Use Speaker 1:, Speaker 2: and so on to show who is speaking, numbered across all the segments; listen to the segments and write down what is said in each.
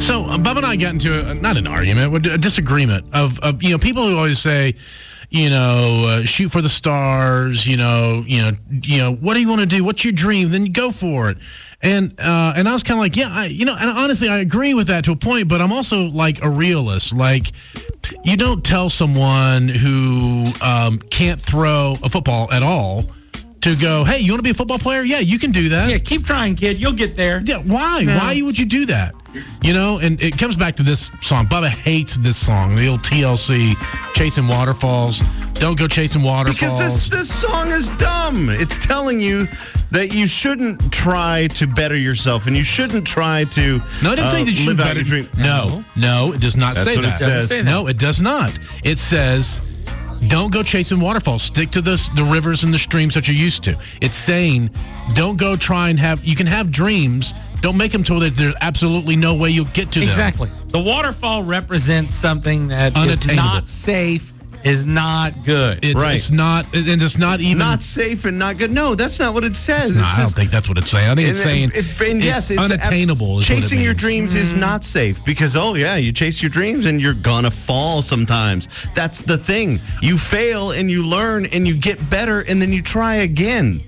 Speaker 1: So um, Bub and I got into a, not an argument, but a disagreement of, of you know people who always say, you know, uh, shoot for the stars, you know, you know, you know, what do you want to do? What's your dream? Then you go for it. And uh, and I was kind of like, yeah, I, you know, and honestly, I agree with that to a point, but I'm also like a realist. Like, you don't tell someone who um, can't throw a football at all to go, hey, you want to be a football player? Yeah, you can do that.
Speaker 2: Yeah, keep trying, kid. You'll get there.
Speaker 1: Yeah, why?
Speaker 2: No.
Speaker 1: Why would you do that? You know, and it comes back to this song. Bubba hates this song, the old TLC, Chasing Waterfalls. Don't go chasing waterfalls.
Speaker 3: Because this this song is dumb. It's telling you that you shouldn't try to better yourself, and you shouldn't try to
Speaker 1: no, it doesn't
Speaker 3: uh,
Speaker 1: say that you
Speaker 3: live out
Speaker 1: better
Speaker 3: your dream.
Speaker 1: No, no, it does not
Speaker 3: That's
Speaker 1: say
Speaker 3: what it
Speaker 1: that.
Speaker 3: says. Doesn't say
Speaker 1: No, it does not. It says don't go chasing waterfalls. Stick to the the rivers and the streams that you're used to. It's saying don't go try and have you can have dreams. Don't make them to where there's absolutely no way you'll get to them.
Speaker 2: Exactly. The waterfall represents something that is
Speaker 1: Unattainable.
Speaker 2: not safe, is not good.
Speaker 1: It's,
Speaker 3: Right.
Speaker 1: it's not, and it's not even.
Speaker 3: not safe and not good. No, that's not what it says.
Speaker 1: No,
Speaker 3: it
Speaker 1: I don't
Speaker 3: says
Speaker 1: think that's what it's saying. I think it's saying
Speaker 3: and- and- and yes, it's abs-
Speaker 1: unattainable. is what it
Speaker 3: chasing your
Speaker 1: means.
Speaker 3: dreams is
Speaker 4: Mm.
Speaker 3: not safe because oh yeah, you chase your dreams and you're gonna fall sometimes. That's the thing. You fail and you learn and you get better and then you try again.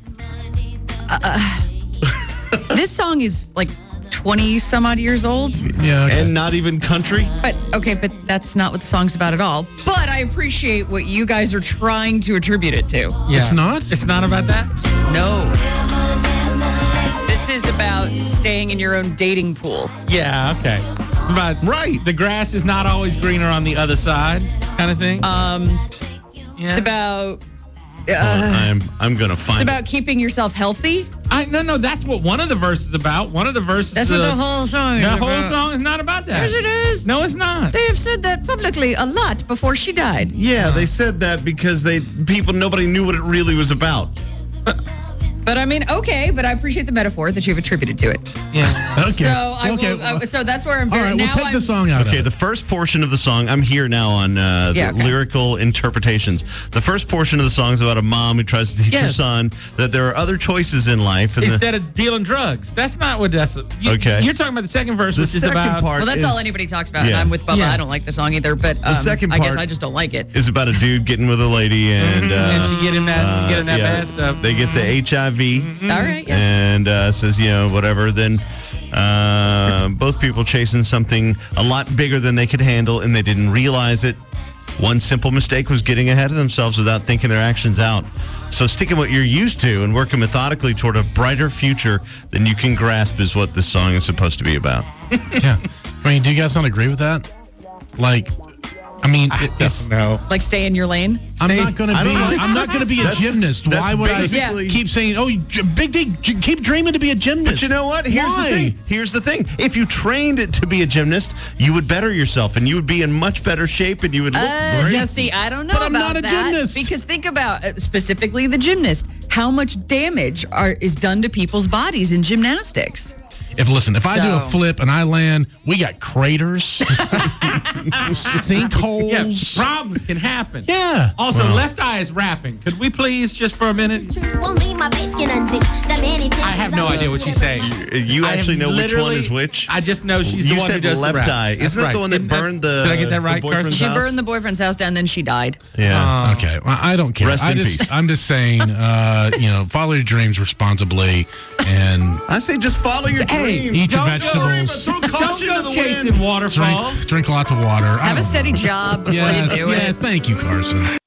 Speaker 4: This song is like 20 some odd years old.
Speaker 1: Yeah, okay.
Speaker 3: And not even country.
Speaker 4: But okay, but that's not what the song's about at all. But I appreciate what you guys are trying to attribute it to.
Speaker 2: Yeah.
Speaker 1: it's not?
Speaker 2: It's not about that.
Speaker 4: No. This is about staying in your own dating pool.
Speaker 2: Yeah. Okay. It's about
Speaker 3: Right.
Speaker 2: The grass is not always greener on the other side, kind of thing.
Speaker 4: Um,
Speaker 2: yeah.
Speaker 4: It's about
Speaker 1: Uh.
Speaker 3: I'm I'm gonna
Speaker 4: it's
Speaker 3: find
Speaker 4: about keeping yourself healthy.
Speaker 2: I, no, no. That's what one of the verses is about. One of the verses.
Speaker 4: That's what
Speaker 2: uh,
Speaker 4: the whole song is
Speaker 2: The whole
Speaker 4: about.
Speaker 2: song is not about that.
Speaker 4: Yes, it is.
Speaker 2: No, it's not.
Speaker 4: They have said that publicly a lot before she died.
Speaker 3: Yeah,
Speaker 2: Uh-huh.
Speaker 3: they said that because they people nobody knew what it really was about.
Speaker 4: But I mean, okay, but I appreciate the metaphor that you've attributed to it.
Speaker 2: Yeah.
Speaker 1: Okay.
Speaker 4: So I
Speaker 1: okay.
Speaker 4: will, I- so that's where I'm
Speaker 1: All
Speaker 4: very
Speaker 1: right,
Speaker 4: now
Speaker 1: we'll take
Speaker 4: I'm,
Speaker 1: the song out.
Speaker 3: Okay,
Speaker 1: of it.
Speaker 3: the first portion of the song, I'm here now on uh, the
Speaker 4: Yeah, okay.
Speaker 3: lyrical interpretations. The first portion of the song is about a mom who tries to teach her
Speaker 2: Yes.
Speaker 3: son that there are other choices in life. And the,
Speaker 2: Instead of dealing drugs. That's not what that's. You,
Speaker 3: Okay.
Speaker 2: You're talking about the second verse,
Speaker 3: the
Speaker 2: which
Speaker 3: second
Speaker 2: is about.
Speaker 3: part
Speaker 4: Well, that's
Speaker 3: is,
Speaker 4: all anybody talks about.
Speaker 3: Yeah.
Speaker 4: And I'm with Bubba.
Speaker 2: Yeah.
Speaker 4: I don't like the song either, but um,
Speaker 3: second
Speaker 4: I guess
Speaker 3: part
Speaker 4: I just don't like it.
Speaker 3: is about a dude getting with a lady and. Uh,
Speaker 2: Mm-hmm. and she get him that. she get him that
Speaker 3: yeah,
Speaker 2: bad stuff. Mm-hmm.
Speaker 3: They get the HIV.
Speaker 4: All right, yes.
Speaker 3: and uh, says, you know, whatever. Then uh, both people chasing something a lot bigger than they could handle, and they didn't realize it. One simple mistake was getting ahead of themselves without thinking their actions out. So sticking what you're used to and working methodically toward a brighter future than you can grasp is what this song is supposed to be about.
Speaker 1: yeah. I mean, do you guys not agree with that? Like, I mean, if- if-
Speaker 2: no.
Speaker 4: Like stay in your lane.
Speaker 1: I'm not going to
Speaker 3: I
Speaker 1: be.
Speaker 3: don't like-
Speaker 1: I'm not going to be a
Speaker 3: That's-
Speaker 1: gymnast.
Speaker 3: that's
Speaker 1: Why would I
Speaker 3: basically-
Speaker 4: Yeah.
Speaker 1: keep saying, "Oh, you- big D, j- keep dreaming to be a gymnast"?
Speaker 3: But you know what? Here's
Speaker 1: Why?
Speaker 3: the thing. Here's the thing. If you trained it to be a gymnast, you would better yourself, and you would be in much better shape, and you would look
Speaker 4: Uh,
Speaker 3: great.
Speaker 4: now, see, I don't know
Speaker 1: But I'm
Speaker 4: about
Speaker 1: not a
Speaker 4: that
Speaker 1: gymnast.
Speaker 4: because think about uh, specifically the gymnast. How much damage are is done to people's bodies in gymnastics?
Speaker 1: If listen, if I do a
Speaker 4: So-
Speaker 1: flip and I land, we got craters,
Speaker 2: Yeah,
Speaker 1: sinkholes.
Speaker 2: problems can happen.
Speaker 1: Yeah.
Speaker 2: Also, Left Eye is rapping. Could we please, just for a minute? I
Speaker 5: I
Speaker 2: have no idea what she's saying.
Speaker 3: You
Speaker 2: I
Speaker 3: actually
Speaker 2: am
Speaker 3: know which one
Speaker 2: literally-
Speaker 3: is which.
Speaker 2: I just know she's
Speaker 3: you
Speaker 2: the one
Speaker 3: said
Speaker 2: who does
Speaker 3: left
Speaker 2: the rap.
Speaker 3: eye.
Speaker 2: That's
Speaker 3: Isn't that
Speaker 2: right.
Speaker 3: the one that
Speaker 2: Didn't I-
Speaker 3: burned the?
Speaker 2: Did I get that
Speaker 3: the
Speaker 2: right,
Speaker 3: boyfriend's
Speaker 2: Carson?
Speaker 4: She
Speaker 3: house?
Speaker 4: burned the boyfriend's house down, then she died.
Speaker 2: uh,
Speaker 3: Yeah.
Speaker 1: Okay, well, I don't care.
Speaker 3: Um, Rest
Speaker 1: I
Speaker 3: in
Speaker 1: just,
Speaker 3: peace.
Speaker 1: I'm just saying, uh, you know, follow your dreams responsibly, and
Speaker 3: I say just follow your
Speaker 2: Hey,
Speaker 3: dreams.
Speaker 1: Eat your
Speaker 2: don't
Speaker 1: vegetables.
Speaker 2: Go,
Speaker 3: Throw
Speaker 2: don't
Speaker 3: caution to
Speaker 2: go
Speaker 3: the
Speaker 2: chasing
Speaker 3: wind.
Speaker 2: waterfalls.
Speaker 1: drink, drink lots of water. I
Speaker 4: Have a
Speaker 1: don't-
Speaker 4: steady job before
Speaker 1: Yes,
Speaker 4: you do
Speaker 1: yes.
Speaker 4: it.
Speaker 1: Thank you, Carson.